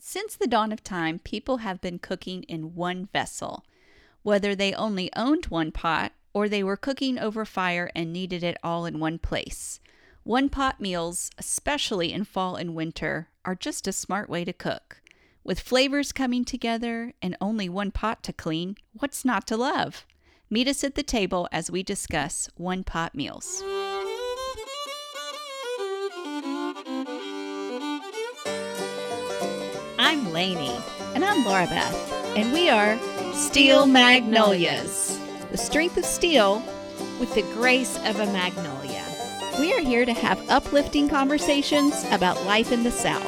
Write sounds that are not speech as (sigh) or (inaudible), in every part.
Since the dawn of time, people have been cooking in one vessel, whether they only owned one pot or they were cooking over fire and needed it all in one place. One pot meals, especially in fall and winter, are just a smart way to cook. With flavors coming together and only one pot to clean, what's not to love? Meet us at the table as we discuss one pot meals. I'm Lainey. And I'm Laura Beth, and we are Steel Magnolias. the strength of steel with the grace of a magnolia. We are here to have uplifting conversations about life in the South,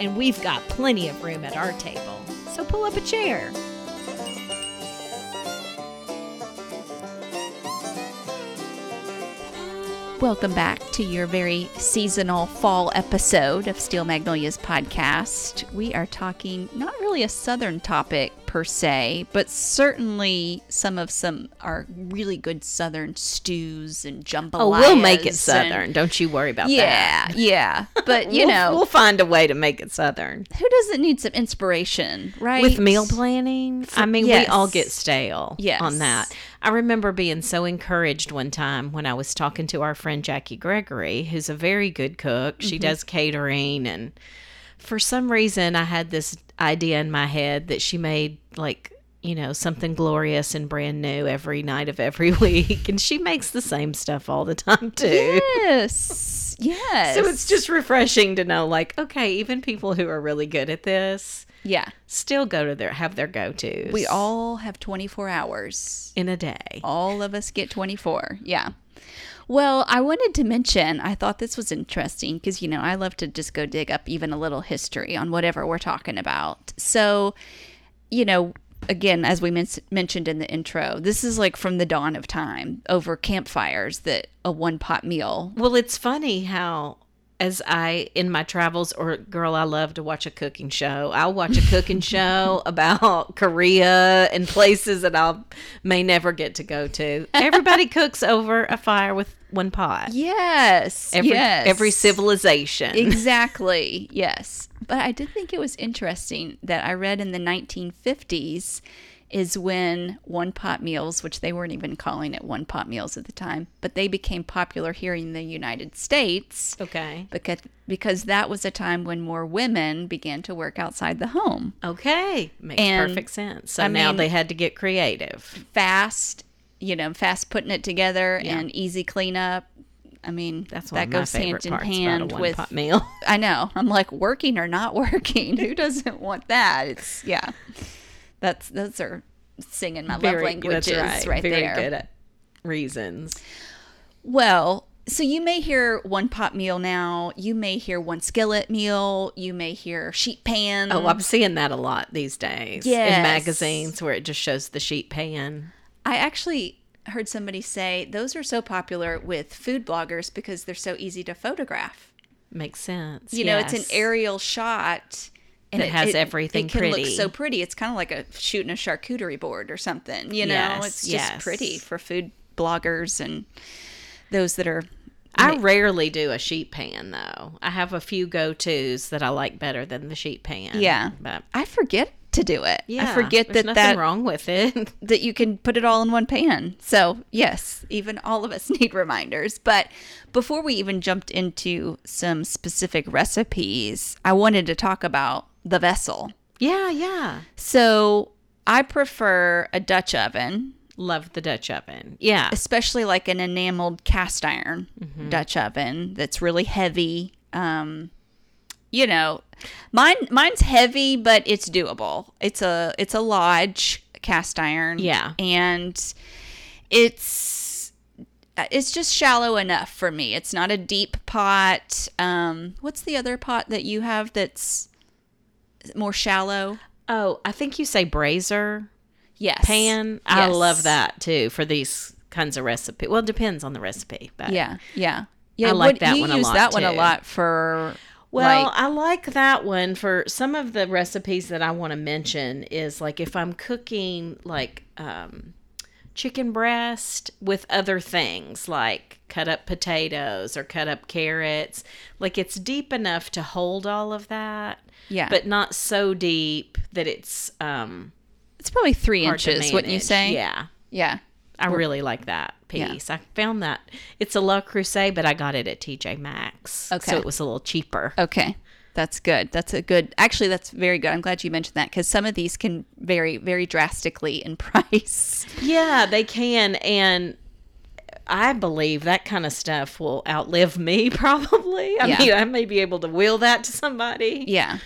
and we've got plenty of room at our table. So pull up a chair. Welcome back to your very seasonal fall episode of Steel Magnolias podcast. We are talking not really a southern topic per se, but certainly some of some are really good southern stews and jambalaya. Oh, we'll make it southern. Don't you worry about that. yeah, (laughs) yeah. But you We'll- know, we'll find a way to make it southern who doesn't need some inspiration, right? with meal planning. I mean, yes. we all get stale Yes. on that. I remember being so encouraged one time when I was talking to our friend Jackie Gregory, who's a very good cook. Mm-hmm. She does catering and for some reason I had this idea in my head that she made like you know something glorious and brand new every night of every (laughs) week and she makes the same stuff all the time too Yes, yes. (laughs) So it's just refreshing to know, like, okay, even people who are really good at this yeah. still go to their have their go tos. We all have 24 hours. in a day. All of us get 24. Yeah. Well, I wanted to mention, I thought this was interesting because, you know, I love to just go dig up even a little history on whatever we're talking about. So, you know, again, as we men- mentioned in the intro, this is like from the dawn of time over campfires that a one pot meal. Well, it's funny how as I in my travels or girl, I love to watch a cooking show. I'll watch a (laughs) cooking show about Korea and places that I may never get to go to. (laughs) Everybody cooks over a fire with one pot. Yes. Every, yes. every civilization. Exactly. Yes. But I did think it was interesting that I read in the 1950s is when one pot meals, which they weren't even calling it one pot meals at the time, but they became popular here in the United States Okay. because because that was a time when more women began to work outside the home. Okay. Makes And, perfect sense. So I now mean- they had to get creative. Fast, you know, fast putting it together Yeah. and easy cleanup. I mean, That's one that of my goes hand favorite in parts hand about a one with pot meal. I know. I'm like working or not (laughs) working. Who doesn't want that? It's yeah. That's those are singing my (laughs) love languages right, Very there. good at reasons. Well, so you may hear one pot meal now. You may hear one skillet meal. You may hear sheet pan. Oh, I'm seeing that a lot these days Um, Yes. in magazines where it just shows the sheet pan. I actually heard somebody say those are so popular with food bloggers because they're so easy to photograph. Makes sense. You know, it's yes. an aerial shot. And That has everything It can look pretty. so pretty. It's kind of like a shooting a charcuterie board or something. You know, Yes, it's just yes. pretty for food bloggers and those that are. I rarely do a sheet pan though. I have a few go tos that I like better than the sheet pan. Yeah. But I forget to do it. yeah, I forget there's that nothing that, wrong with it. (laughs) that you can put it all in one pan. So yes, even all of us (laughs) need reminders. But before we even jumped into some specific recipes, I wanted to talk about the vessel. yeah, yeah. So I prefer a Dutch oven Love the Dutch oven. Yeah. especially like an enameled cast iron Mm-hmm. Dutch oven that's really heavy. Um, you know, mine mine's heavy, but it's doable. It's a it's a lodge cast iron. Yeah. and it's it's just shallow enough for me. It's not a deep pot. Um, what's the other pot that you have that's more shallow? Oh, I think you say brazier. Yes, pan. I Yes. love that too for these kinds of recipe. Well, it depends on the recipe, but Yeah, yeah. Yeah, I like what- that you one a use lot, that one a too. lot for Well, like- I like that one for some of the recipes that I want to mention is like if I'm cooking like um chicken breast with other things like cut up potatoes or cut up carrots. Like it's deep enough to hold all of that, Yeah. but not so deep that it's um it's probably three hard to inches, wouldn't you manage. say? Yeah. Yeah. I really like that Yeah. piece. I found that it's a La Crusade, but I got it at TJ Maxx. Okay. So it was a little cheaper. Okay. That's good. That's a good. Actually, that's very good. I'm glad you mentioned that because some of these can vary very drastically in (laughs) price. Yeah, they can. And I believe that kind of stuff will outlive me (laughs) probably. I Yeah. mean, I may be able to will that to somebody. Yeah.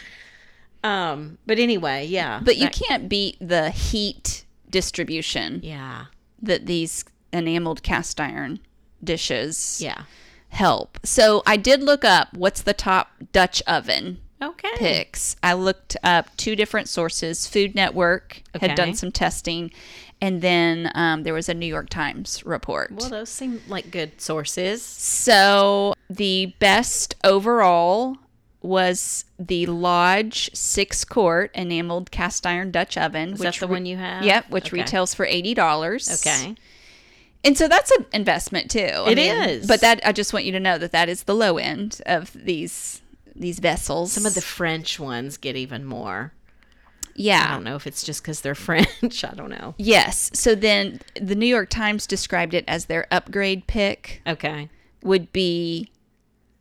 Um, but anyway, yeah. But you that- can't beat the heat distribution Yeah. that these enameled cast iron dishes Yeah. help. So I did look up what's the top Dutch oven Okay. picks. I looked up two different sources. Food Network had done Okay. some testing, and then um, there was a New York Times report. Well, those seem like good sources. So the best overall was the Lodge six quart enameled cast iron Dutch oven. Is that the one you have? Yep, which Okay. retails for eighty dollars. Okay. and so that's an investment too. It It is, is. but that I just want you to know that that is the low end of these these vessels. Some of the French ones get even more. I yeah, don't know if it's just because they're (laughs) French. I don't know. Yes. So then the New York Times described it as their upgrade pick Okay. would be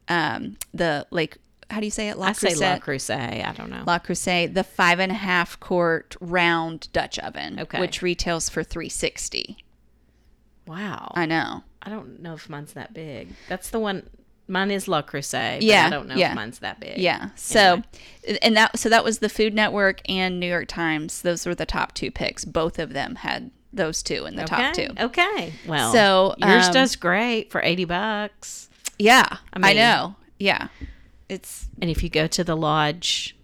um, the, like, how do you say it? La I say La Crusette. Crusade. I don't know. La Crusade, the five and a half quart round Dutch oven, Okay. which retails for 360 wow. I know. I don't know if mine's that big. That's the one. Mine is La Crusade. Yeah, But I don't know yeah. if mine's that big. Yeah. So, and that, so that was the Food Network and New York Times. Those were the top two picks. Both of them had those two in the top Okay. two. Okay. Well, So, yours um, does great for 80 bucks. Yeah. I mean- know. Yeah. It's, And if you go to the lodge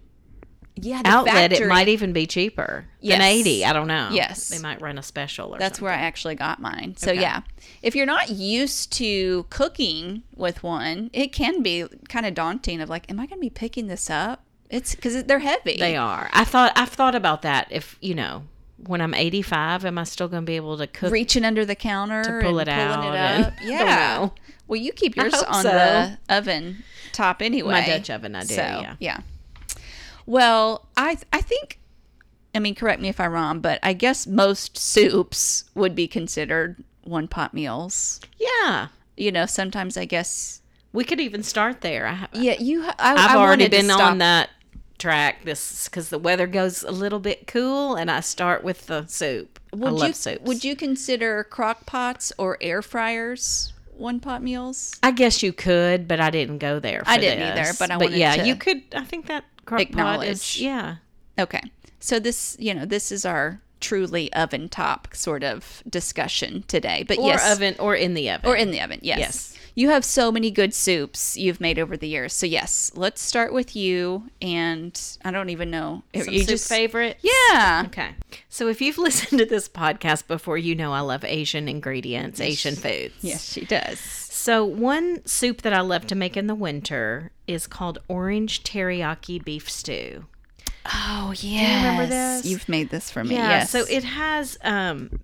yeah, outlet, it might even be cheaper Yes. than 80. I don't know. Yes. They might run a special or That's something. where I actually got mine. So Okay. yeah, if you're not used to cooking with one, it can be kind of daunting. Of like, am I going to be picking this up? It's because they're heavy. They are. I thought I've thought about that. If you know, when I'm 85, am I still going to be able to cook? reaching under the counter to pull and pulling it out it and- (laughs) up. I don't yeah. know. Well, you keep yours hope on so. the oven top anyway. Dutch oven, I do, yeah. Well, I I think. I mean, correct me if I'm wrong, but I guess most soups would be considered one pot meals. yeah, You know, sometimes I guess we could even start there. I, Yeah, you. ha- I, I've I wanted already to been stop. on that track this because the weather goes a little bit cool, and I start with the soup. I Would love you soups. would you consider crock pots or air fryers one pot meals? I guess you could, but I didn't go there. For I didn't either, this. but I wanted yeah, to you could. I think that crock pot acknowledge. is yeah. Okay, so this you know this is our truly oven top sort of discussion today, but Or yes, oven, or in the oven. or in the oven. Yes. Yes. you have so many good soups you've made over the years. So yes, let's start with you. And I don't even know Some you soup favorite. yeah. Okay. So if you've (laughs) listened to this podcast before, you know I love Asian ingredients, Asian foods. Yes, she does. So one soup that I love to make in the winter is called orange teriyaki beef stew. Oh yeah, remember this? You've made this for me. yes. So it has um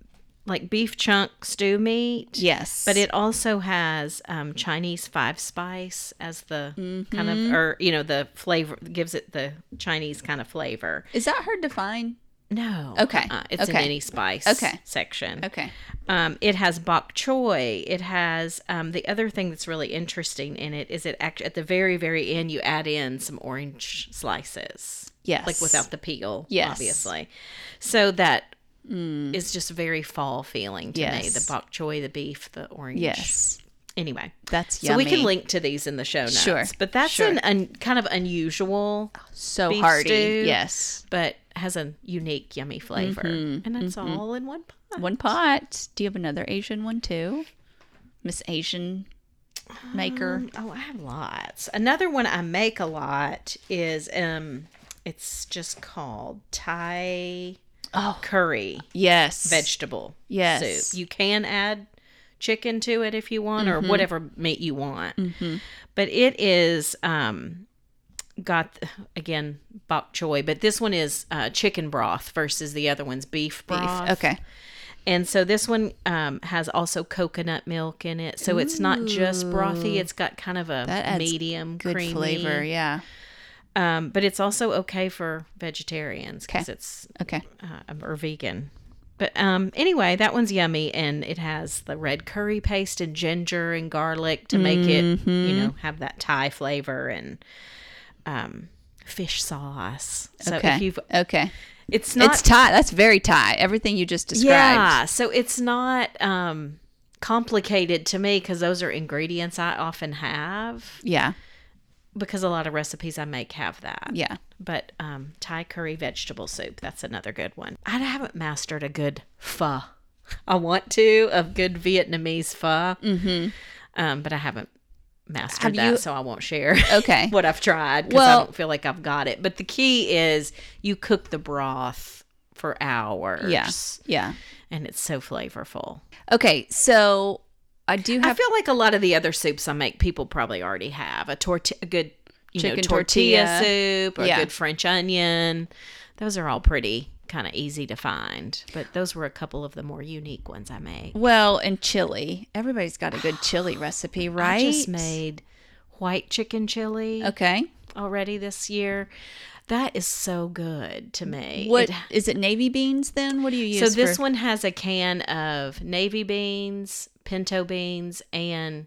like beef chunk stew meat. yes, But it also has um, Chinese five spice as the kind of, Mm-hmm. or you know, the flavor gives it the Chinese kind of flavor. is that hard to find? No, Okay. uh-uh. it's in Uh, Okay. any spice Okay. section. Okay. Um, it has bok choy. It has um, the other thing that's really interesting in it is it act- at the very very end you add in some orange slices, Yes. like without the peel, Yes. obviously. So that is just very fall feeling to me. Yes. The bok choy, the beef, the orange. Yes. Anyway, That's so yummy. we can link to these in the show notes. Sure. But that's Sure. an un- kind of unusual, so beef hearty. stew. Yes. but has a unique yummy flavor, Mm-hmm. and it's all in one pot. One pot. Do you have another Asian one too? Miss Asian maker. Oh, I have lots. Another one I make a lot is um it's just called Thai Oh. curry yes. vegetable Yes. soup. You can add chicken to it if you want Mm-hmm. or whatever meat you want. But it is um got again bok choy, but this one is uh, chicken broth versus the other one's beef broth. Okay. And so this one um, has also coconut milk in it. So it's not just brothy, it's got kind of a That adds medium Good creamy flavor, yeah. Um, but it's also okay for vegetarians because Okay. it's Okay. uh, or vegan. But um, anyway, that one's yummy, and it has the red curry paste and ginger and garlic to make it, you Mm-hmm. know, have that Thai flavor and um, fish sauce. So okay. if you've, okay. it's not it's Thai. That's very Thai. Everything you just described. yeah, so it's not um, complicated to me because those are ingredients I often have Yeah. because a lot of recipes I make have that. Yeah. But um, Thai curry vegetable soup, that's another good one. I haven't mastered a good pho. I want to of good Vietnamese pho, mm-hmm. um, but I haven't mastered Have that, you- so I won't share (laughs) Okay. what I've tried because Well- I don't feel like I've got it. But the key is you cook the broth for hours. Yeah. Yeah. and it's so flavorful. Okay. So I do I have feel like a lot of the other soups I make, people probably already have a tortilla, a good you know, Chicken tortilla, tortilla. soup, or Yeah. a good French onion. Those are all pretty kind of easy to find, but those were a couple of the more unique ones I made. well and chili. Everybody's got a good (sighs) chili recipe, right? I just made white chicken chili Okay. already this year. That is so good to me. What It- is it? Navy beans? Then what do you use? so this for- one has a can of navy beans, pinto beans, and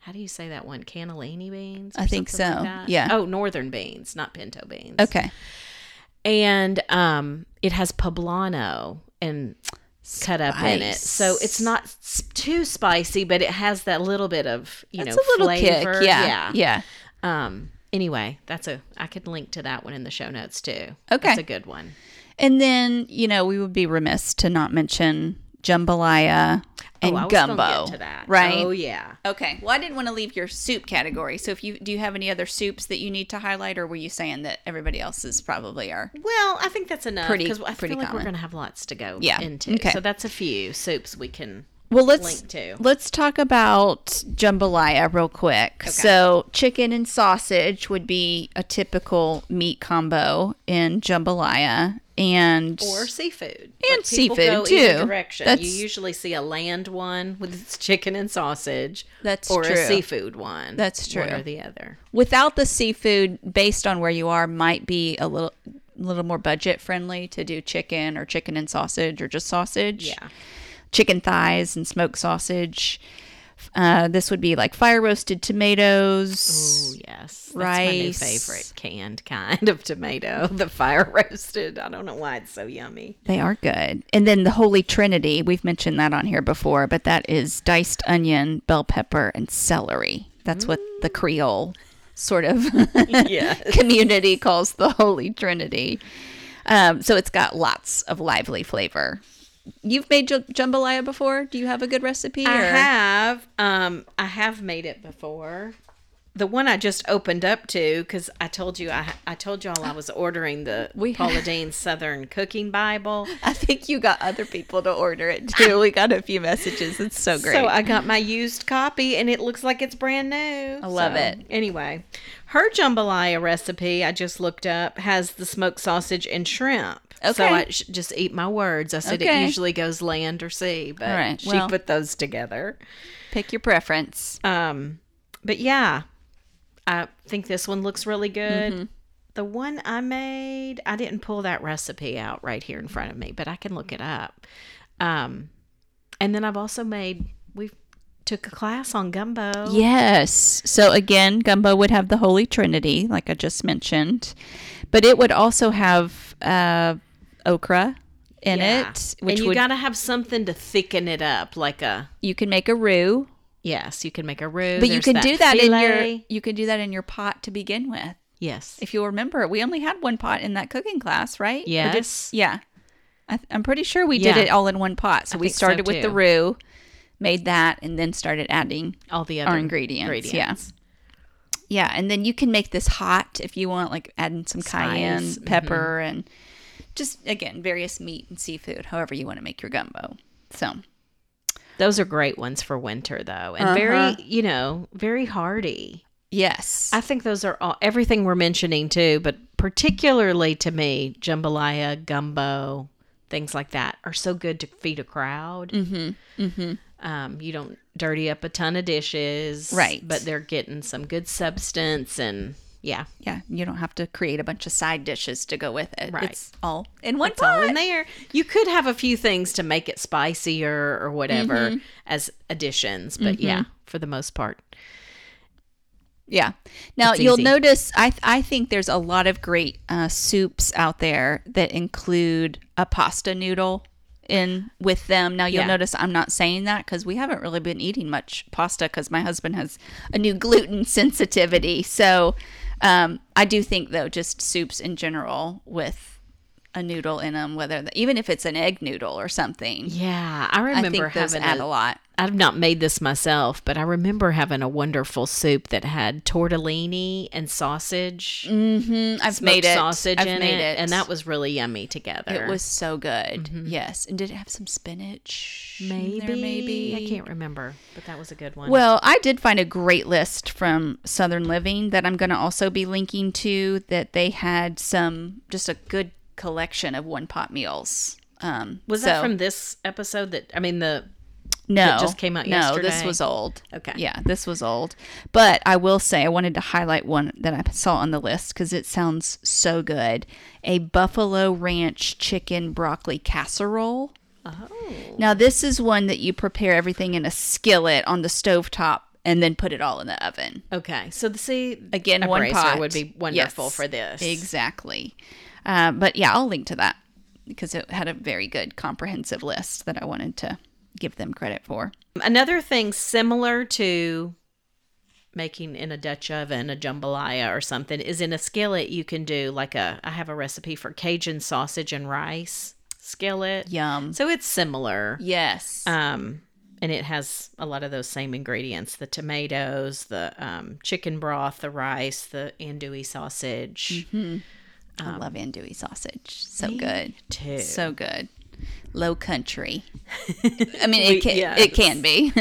how do you say that one? Cannellini beans? or I think something so. that? Yeah. Oh, northern beans, not pinto beans. Okay. And um, it has poblano and cut up in it, so Spice. it's not s- too spicy, but it has that little bit of you That's know a little flavor. kick. Yeah. yeah. Yeah. Um. Anyway, that's a I could link to that one in the show notes too. Okay. That's a good one. And then you know we would be remiss to not mention jambalaya and oh, I was gonna gumbo. get to that. Right. Oh yeah. Okay. Well, I didn't want to leave your soup category. So, if you do you have any other soups that you need to highlight, or were you saying that everybody else's probably are? Well, I think that's enough Pretty- because I pretty feel like we're common. going to have lots to go Yeah. into. Okay. So that's a few soups we can Well, let's link to. let's talk about jambalaya real quick. So, chicken and sausage would be a typical meat combo in jambalaya, and Or seafood. And Like, people seafood, go either too. Direction. That's- You usually see a land one with its chicken and sausage. That's or true. a seafood one. That's One true. or the other. without the seafood, based on where you are, might be a little little more budget friendly to do chicken or chicken and sausage or just sausage. Yeah. chicken thighs and smoked sausage. Uh, this would be like fire roasted tomatoes. Oh yes, that's my new Rice. favorite canned (laughs) kind of tomato, the fire roasted. I don't know why it's so yummy. They are good. And then the Holy Trinity, we've mentioned that on here before, but that is diced onion, bell pepper, and celery. That's what the Mm. Creole sort (laughs) of Yeah, (laughs) community calls the Holy Trinity. Um, so it's got lots of lively flavor. You've made j- jambalaya before. Do you have a good recipe? I or- have. Um, I have made it before. The one I just opened up to because I told you I I told y'all I was ordering (gasps) the We- (laughs) Paula Dean Southern Cooking Bible. (laughs) I think you got other people to order it too. We got a few messages. It's so great. So I got my used copy and it looks like it's brand new. I love it. Anyway, her jambalaya recipe I just looked up has the smoked sausage and shrimp. So Okay. I sh- just eat my words. I said Okay. it usually goes land or sea, but All right, she well- put those together. Pick your preference. Um, but yeah, I think this one looks really good. Mm-hmm. The one I made, I didn't pull that recipe out right here in front of me, but I can look it up. Um, and then I've also made we took a class on gumbo. Yes. So again, gumbo would have the Holy Trinity, like I just mentioned, but it would also have uh, okra in Yeah. it, and which you would gotta have something to thicken it up, like a you can make a roux, yes, you can make a roux, but you there's can do that in your filet. you can do that in your pot to begin with. yes, If you'll remember, we only had one pot in that cooking class, right? Or did- Yes. yeah. I, I'm pretty sure we Yeah. did it all in one pot. So we think so, started with the too. roux, made that, and then started adding all the other our ingredients. Yeah. ingredients. Yeah, and then you can make this hot if you want, like adding some cayenne Spice, mm-hmm. pepper and just again various meat and seafood, however you want to make your gumbo. So Those are great ones for winter Uh-huh. though, and very you know very hearty. yes, I think those are all everything we're mentioning too, but particularly to me, jambalaya, gumbo, things like that are so good to feed a crowd. Mm-hmm. Mm-hmm. Um, you don't dirty up a ton of dishes, Right. But they're getting some good substance, and yeah, Yeah. You don't have to create a bunch of side dishes to go with it. Right. It's all in one it's all pot. in there. You could have a few things to make it spicier or whatever Mm-hmm. as additions, but yeah, for the most part, Yeah. Now It's you'll easy. notice I th- I think there's a lot of great uh, soups out there that include a pasta noodle in with them. Now you'll Yeah. notice I'm not saying that cuz we haven't really been eating much pasta cuz my husband has a new gluten (laughs) sensitivity. So um, I do think though just soups in general with a noodle in them whether the, even if it's an egg noodle or something. yeah. I I remember think those having add a lot. I've not made this myself, but I remember having a wonderful soup that had tortellini and sausage, Mhm. I've smoked made it. sausage I've in made it, it. and that was really yummy together. It was so good. Yes. And did it have some spinach? in Mm-hmm. maybe, there maybe. I can't remember, but that was a good one. Well, I did find a great list from Southern Living that I'm going to also be linking to that they had some just a good collection of one pot meals. Um, was that so- from this episode? That I mean, the no, just came out no, this yesterday? was old. Okay. Yeah, this was old. But I will say I wanted to highlight one that I saw on the list because it sounds so good. A buffalo ranch chicken broccoli casserole. oh, Now, this is one that you prepare everything in a skillet on the stovetop and then put it all in the oven. okay. So the see Again, a one braiser pot would be wonderful Yes, for this. Exactly. Uh, but yeah, I'll link to that because it had a very good comprehensive list that I wanted to give them credit for. Another thing similar to making in a Dutch oven a jambalaya or something is in a skillet you can do like a I have a recipe for Cajun sausage and rice skillet. Yum. So it's similar. Yes. Um and it has a lot of those same ingredients the tomatoes, the um, chicken broth, the rice, the andouille sausage. Mm-hmm. I love andouille sausage. So good. Um, Too. So good. Low country. I (laughs) mean, it can, it can be. (laughs)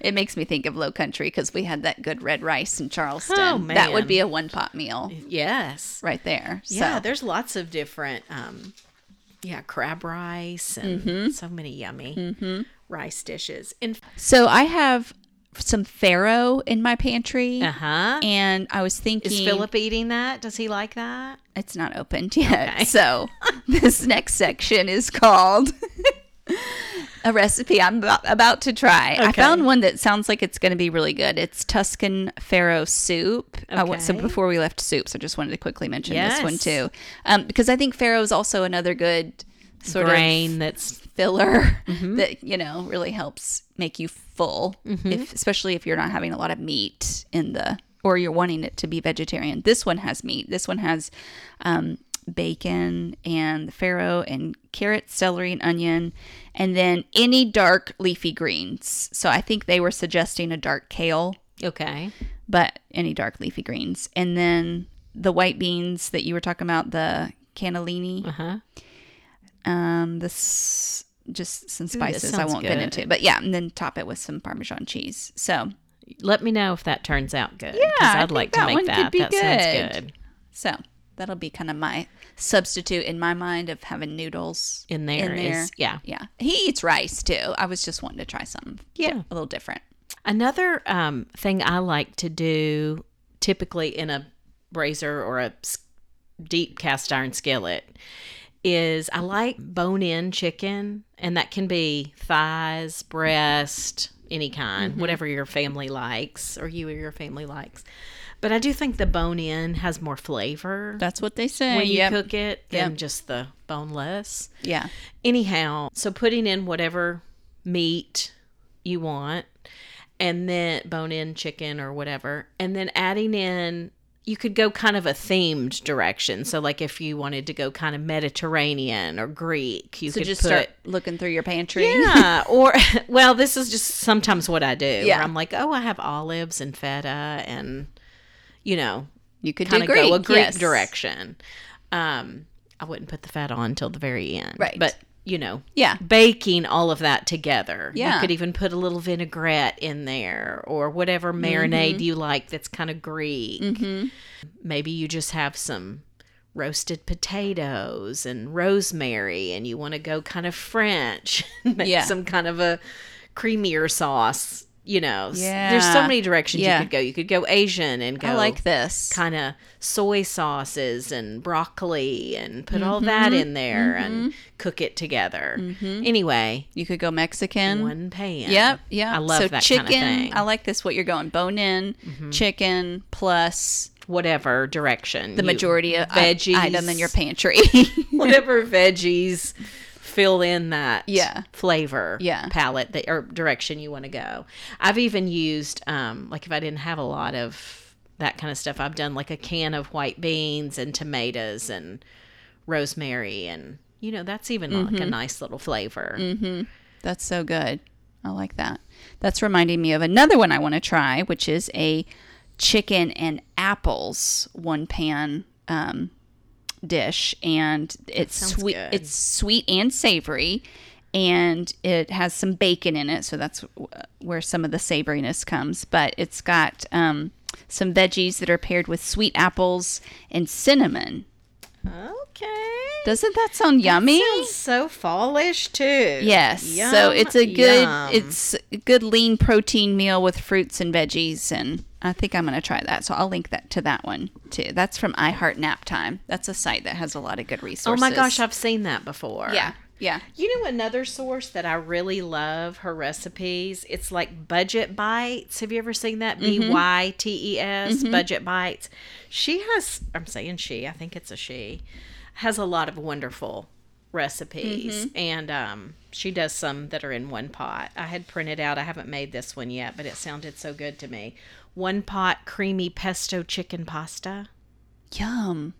it makes me think of low country because we had that good red rice in Charleston. Oh, That would man. be a one pot meal yes. right there. Yeah, So, there's lots of different, um, yeah, crab rice and Mm-hmm. so many yummy rice dishes. And so I have some farro in my pantry. uh huh, And I was thinking, is Philip eating that? Does he like that? it's not opened yet. Okay. So (laughs) this next section is called (laughs) a recipe I'm abo- about to try. I Okay. found one that sounds like it's going to be really good. It's Tuscan farro soup. I wa- so Okay. before we left soups, I just wanted to quickly mention this one Yes. too, um, because I think farro is also another good sort of Grain that's filler (laughs) that you know really helps make you full if, especially if you're not having a lot of meat in the or you're wanting it to be vegetarian this one has meat this one has um, bacon and farro and carrot celery and onion and then any dark leafy greens so i think they were suggesting a dark kale okay. but any dark leafy greens and then the white beans that you were talking about the cannellini Uh huh. um this just some spices i sounds won't get good. into but yeah and then top it with some parmesan cheese so Let me know if that turns out good. I Yeah, I'd think like that to make one could that. be That good. sounds good so that'll be kind of my substitute in my mind of having noodles in there. in there is- yeah, yeah he eats rice too i was just wanting to try some Yeah. a little different Another um, thing I like to do typically in a brazier or a s- deep cast iron skillet is I like bone in chicken, and that can be thighs, breast, any kind, Mm-hmm. whatever your family likes or you or your family likes. But I do think the bone in has more flavor that's what they say when you Yep. cook it than Yep. just the boneless. yeah Anyhow, so putting in whatever meat you want and then bone in chicken or whatever, and then adding in you could go kind of a themed direction. So like if you wanted to go kind of Mediterranean or Greek, you so could just put start looking through your pantry yeah, or (laughs) well, this is just sometimes what I do. Yeah. Where I'm like, oh, I have olives and feta, and you know, you could kind do of greek, go a Greek yes. direction. Um, I wouldn't put the fat on till the very end, Right. But you know, yeah baking all of that together. Yeah. you could even put a little vinaigrette in there, or whatever Mm-hmm. marinade you like that's kind of Greek. hmm Maybe you just have some roasted potatoes and rosemary, and you want to go kind of French, (laughs) and make Yeah. some kind of a creamier sauce. You know, S- there's so Yeah. many directions Yeah. you could go. You could go Asian and go I like this. kind of soy sauces and broccoli and put Mm-hmm. all that in there and cook it together. Anyway, you could go Mexican. one pan. Mm-hmm. Yep, yeah. I love so that chicken. kind of thing. I like this. What you're going bone in, chicken plus whatever direction the you- majority of i- veggies item in your pantry. (laughs) (laughs) whatever veggies fill in that Yeah. flavor Yeah. palette that or direction you want to go. I've even used um like if I didn't have a lot of that kind of stuff, I've done like a can of white beans and tomatoes and rosemary and you know that's even like Mm-hmm. a nice little flavor. That's so good. I like that. That's reminding me of another one I want to try, which is a chicken and apples one pan um, dish, and it's sweet. good. It's sweet and savory, and it has some bacon in it, so that's w- where some of the savoriness comes. But it's got um, some veggies that are paired with sweet apples and cinnamon. Okay. Doesn't that sound yummy? Sounds so fallish too. Yes. so Yum, it's a good yum. it's a good lean protein meal with fruits and veggies and I think I'm going to try that. So I'll link that to that one too. That's from iHeart Nap Time. That's a site that has a lot of good Oh resources. my gosh, I've seen that before. Yeah. Yeah. You know another source that I really love her recipes? It's like Budget Bites. Have you ever seen that? B Y T E S, Budget Bites. She has I'm saying she, I think it's a she. Has a lot of wonderful recipes and um she does some that are in one pot. I had printed out. I haven't made this one yet, but it sounded so good to me. One pot creamy pesto chicken pasta. Yum.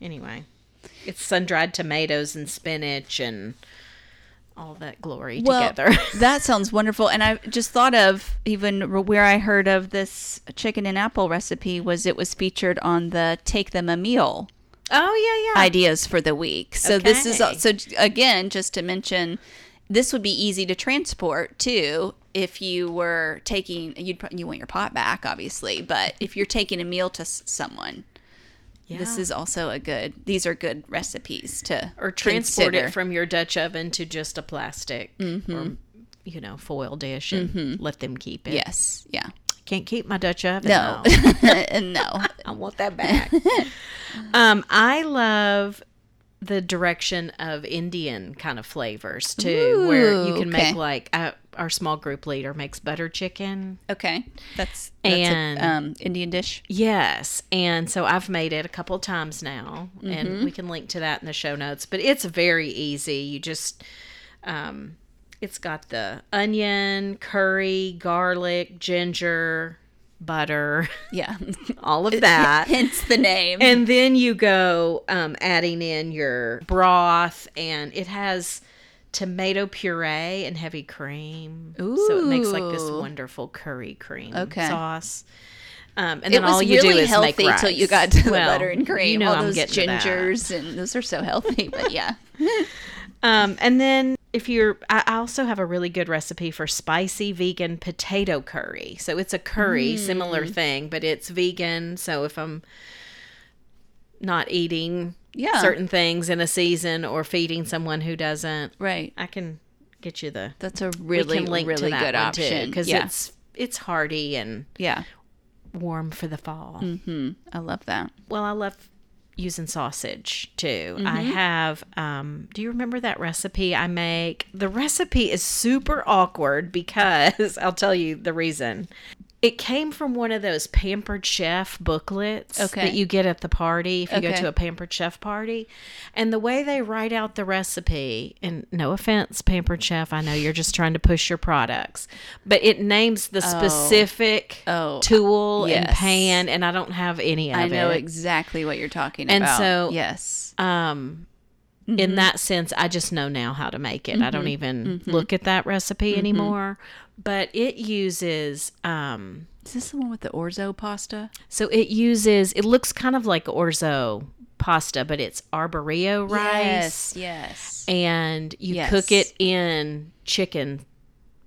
Anyway, it's sun-dried tomatoes and spinach and all that glory together. (laughs) (laughs) that sounds wonderful. And I just thought of even r- where I heard of this chicken and apple recipe was it was featured on the Take Them a Meal Oh yeah, yeah. ideas for the week. So this is Okay. so j- again just to mention, this would be easy to transport too if you were taking you'd pro- you want your pot back obviously, but if you're taking a meal to s- someone, this Yeah. is also a good. These are good recipes to or transport consider. it from your Dutch oven to just a plastic or you know foil dish and let them keep it. Yes, yeah, Can't keep my Dutch oven. no, though. (laughs) Oh. no, (laughs) I want that back. (laughs) um, I love the direction of Indian kind of flavors too, where you Ooh, can okay. make like uh, our small group leader makes butter chicken. okay, that's, that's And- a, um, Indian dish. Yes. And so I've made it a couple times now, and we can link to that in the show notes. But it's very easy. You just, um, it's got the onion, curry, garlic, ginger, butter, (laughs) Yeah, (laughs) all of that. hence the name. And then you go um, adding in your broth, and it has tomato puree and heavy cream. So it makes like this Ooh. wonderful curry cream Okay. sauce. Um, and it then was all you really do is healthy make rice. till you got to the Well, butter and cream. You know All I'm those getting to that. gingers and those are so healthy. But yeah, Um, and then if you're, I I also have a really good recipe for spicy vegan potato curry. So it's a curry, Mm. similar thing, but it's vegan. So if I'm not eating Yeah. certain things in a season or feeding someone who doesn't, (laughs) right. I can get you the That's a we really can link really to that good one option. because yeah, it's it's hearty and yeah, warm for the fall. I love that. Well, I love using sausage too. I Mm-hmm. have um do you remember that recipe I make? The recipe is super awkward because (laughs) I'll tell you the reason. It came from one of those pampered chef booklets Okay. that you get at the party if you go Okay. to a pampered chef party. And the way they write out the recipe, and no offense, pampered chef, I know you're just trying to push your products, but it names the specific Oh, tool and yes. pan, and I don't have any of I know it exactly what you're talking And about. so- yes, um Mm-hmm. in that sense i just know now how to make it i don't even look at that recipe Mm-hmm. anymore but it uses um is this the one with the orzo pasta? so it uses it looks kind of like orzo pasta but it's arborio Yes, rice yes. and you Yes. cook it in chicken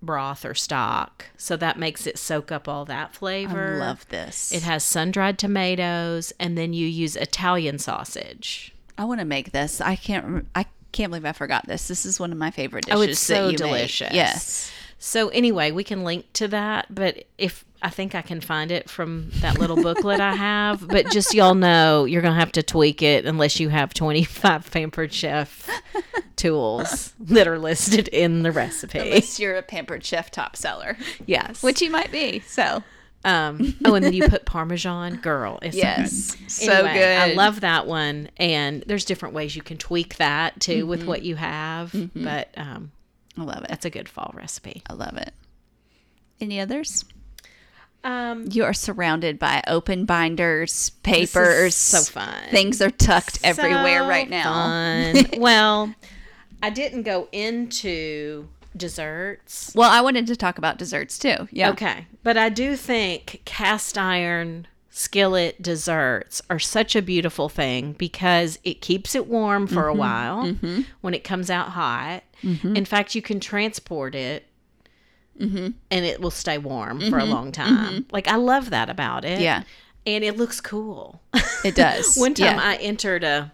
broth or stock. So that makes it soak up all that flavor. I love this. It has sun dried tomatoes, and then you use Italian sausage. I want to make this. I can't. rem- I can't believe I forgot this. This is one of my favorite dishes. Oh, it's that so you make. delicious. Yes. So anyway, we can link to that, but if I think I can find it from that little booklet I have, but just y'all know you're going to have to tweak it unless you have 25 (laughs) pampered chef tools that are listed in the recipe. Unless you're a pampered chef top seller, (laughs) Yes. which you might be. So Um, oh, and then you put Parmesan, girl. It's so yes, good. so Anyway, good. I love that one, and there's different ways you can tweak that too with Mm-hmm. what you have. But um, I love it. that's a good fall recipe. I love it. Any others? Um, You are surrounded by open binders, this is papers. so fun. Things are tucked everywhere So right now. (laughs) fun. well, I didn't go into desserts. Well, I wanted to talk about desserts too. Yeah. Okay. But I do think cast iron skillet desserts are such a beautiful thing because it keeps it warm for Mm-hmm, a while when it comes out hot. In fact, you can transport it Mm-hmm. and it will stay warm for a long time. Like, I love that about it. Yeah. And it looks cool. It does. (laughs) One time Yeah. I entered a,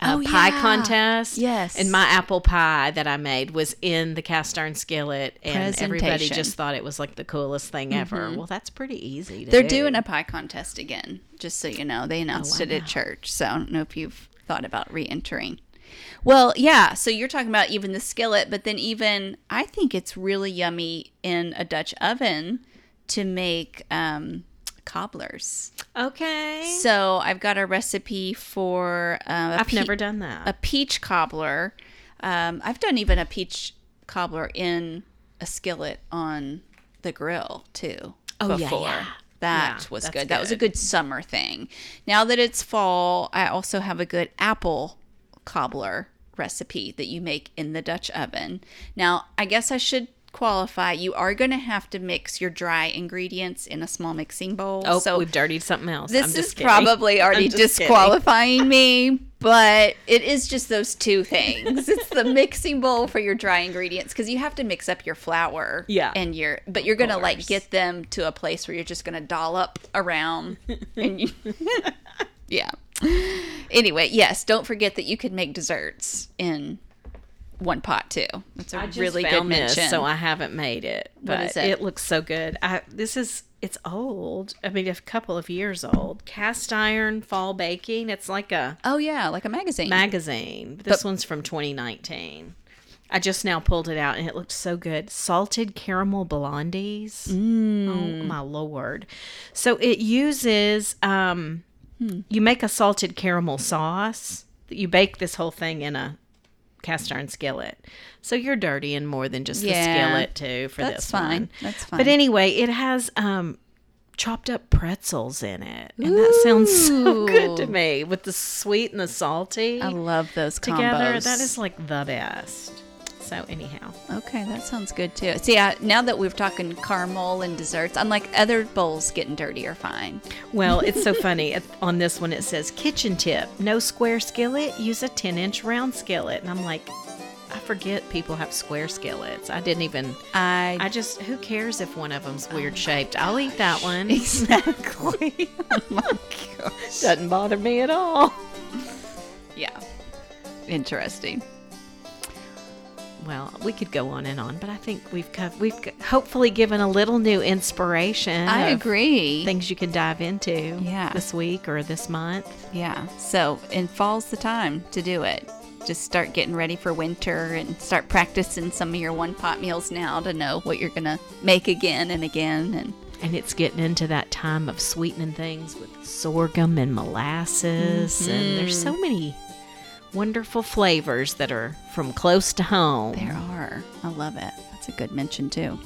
a Oh, pie yeah. contest. Yes. And my apple pie that I made was in the cast iron skillet. And everybody Presentation. Mm-hmm. just thought it was like the coolest thing ever. Well, that's pretty easy. To They're do. doing a pie contest again, just so you know. Oh, They announced it at church, so I don't know if you've thought about re entering. Well, yeah, so you're talking about even the skillet, but then even I think it's really yummy in a Dutch oven to make um, cobblers. Okay. So I've got a recipe for uh, a I've pe- never done that. a peach cobbler. Um, I've done even a peach cobbler in a skillet on the grill too. Oh, yeah, before. yeah. That Yeah, was that's good. That was a good. good summer thing. Now that it's fall, I also have a good apple cobbler recipe that you make in the Dutch oven. Now, I guess I should qualify. You are going to have to mix your dry ingredients in a small mixing bowl. oh, so we've dirtied something else. this I'm is just kidding. (laughs) probably already I'm just kidding. disqualifying me, but it is just those two things. it's the mixing bowl for your dry ingredients because you have to mix up your flour. Yeah. And your, but you're going to like get them to a place where you're just going to dollop around (laughs) and you, (laughs) yeah. Anyway, yes, don't forget that you can make desserts in one pot too. That's a I just really good found this, mention. so I haven't made it. But What is it? looks so good. I this is it's old. I mean, a couple of years old. Cast iron fall baking. It's like a oh, yeah, like a magazine. magazine. This one's from 2019. I just now pulled it out and it looked so good. Salted caramel blondies. Mm. Oh my lord! So it uses um, Hmm. you make a salted caramel sauce. You bake this whole thing in a cast iron skillet. So you're dirty and more than just Yeah. the skillet too for That's this fine. one. That's But fine. anyway, it has um, chopped up pretzels in it, and that sounds so good to Ooh. me with the sweet and the salty I love those combos. together. That is like the best. So anyhow, Okay, that sounds good too. See, I, now that we're talking caramel and desserts, I'm like other bowls getting dirty are fine. well, it's so funny. It- On this one, it says kitchen tip: no square skillet, use a ten-inch round skillet. And I'm like, I forget people have square skillets. I didn't even. I, I just who cares if one of them's weird shaped? I'll eat that (laughs) one. exactly. (laughs) oh my gosh. Doesn't bother me at all. Yeah. Interesting. Well, we could go on and on, but I think we've co- we've co- hopefully given a little new inspiration. I of agree. Things you can dive into. Yeah. This week or this month. yeah. So, and fall's the time to do it. Just start getting ready for winter and start practicing some of your one pot meals now to know what you're going to make again and again and And it's getting into that time of sweetening things with sorghum and molasses. And there's Mm-hmm. so many wonderful flavors that are from close to home. There are. I love it. That's a good mention, too.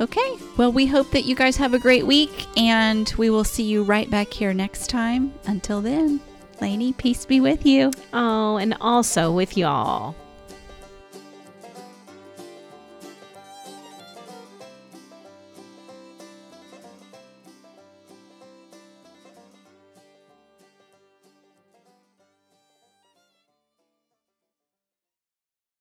Okay. Well, we hope that you guys have a great week, and we will see you right back here next time. Until then, Lainey, peace be with you. Oh, and also with y'all.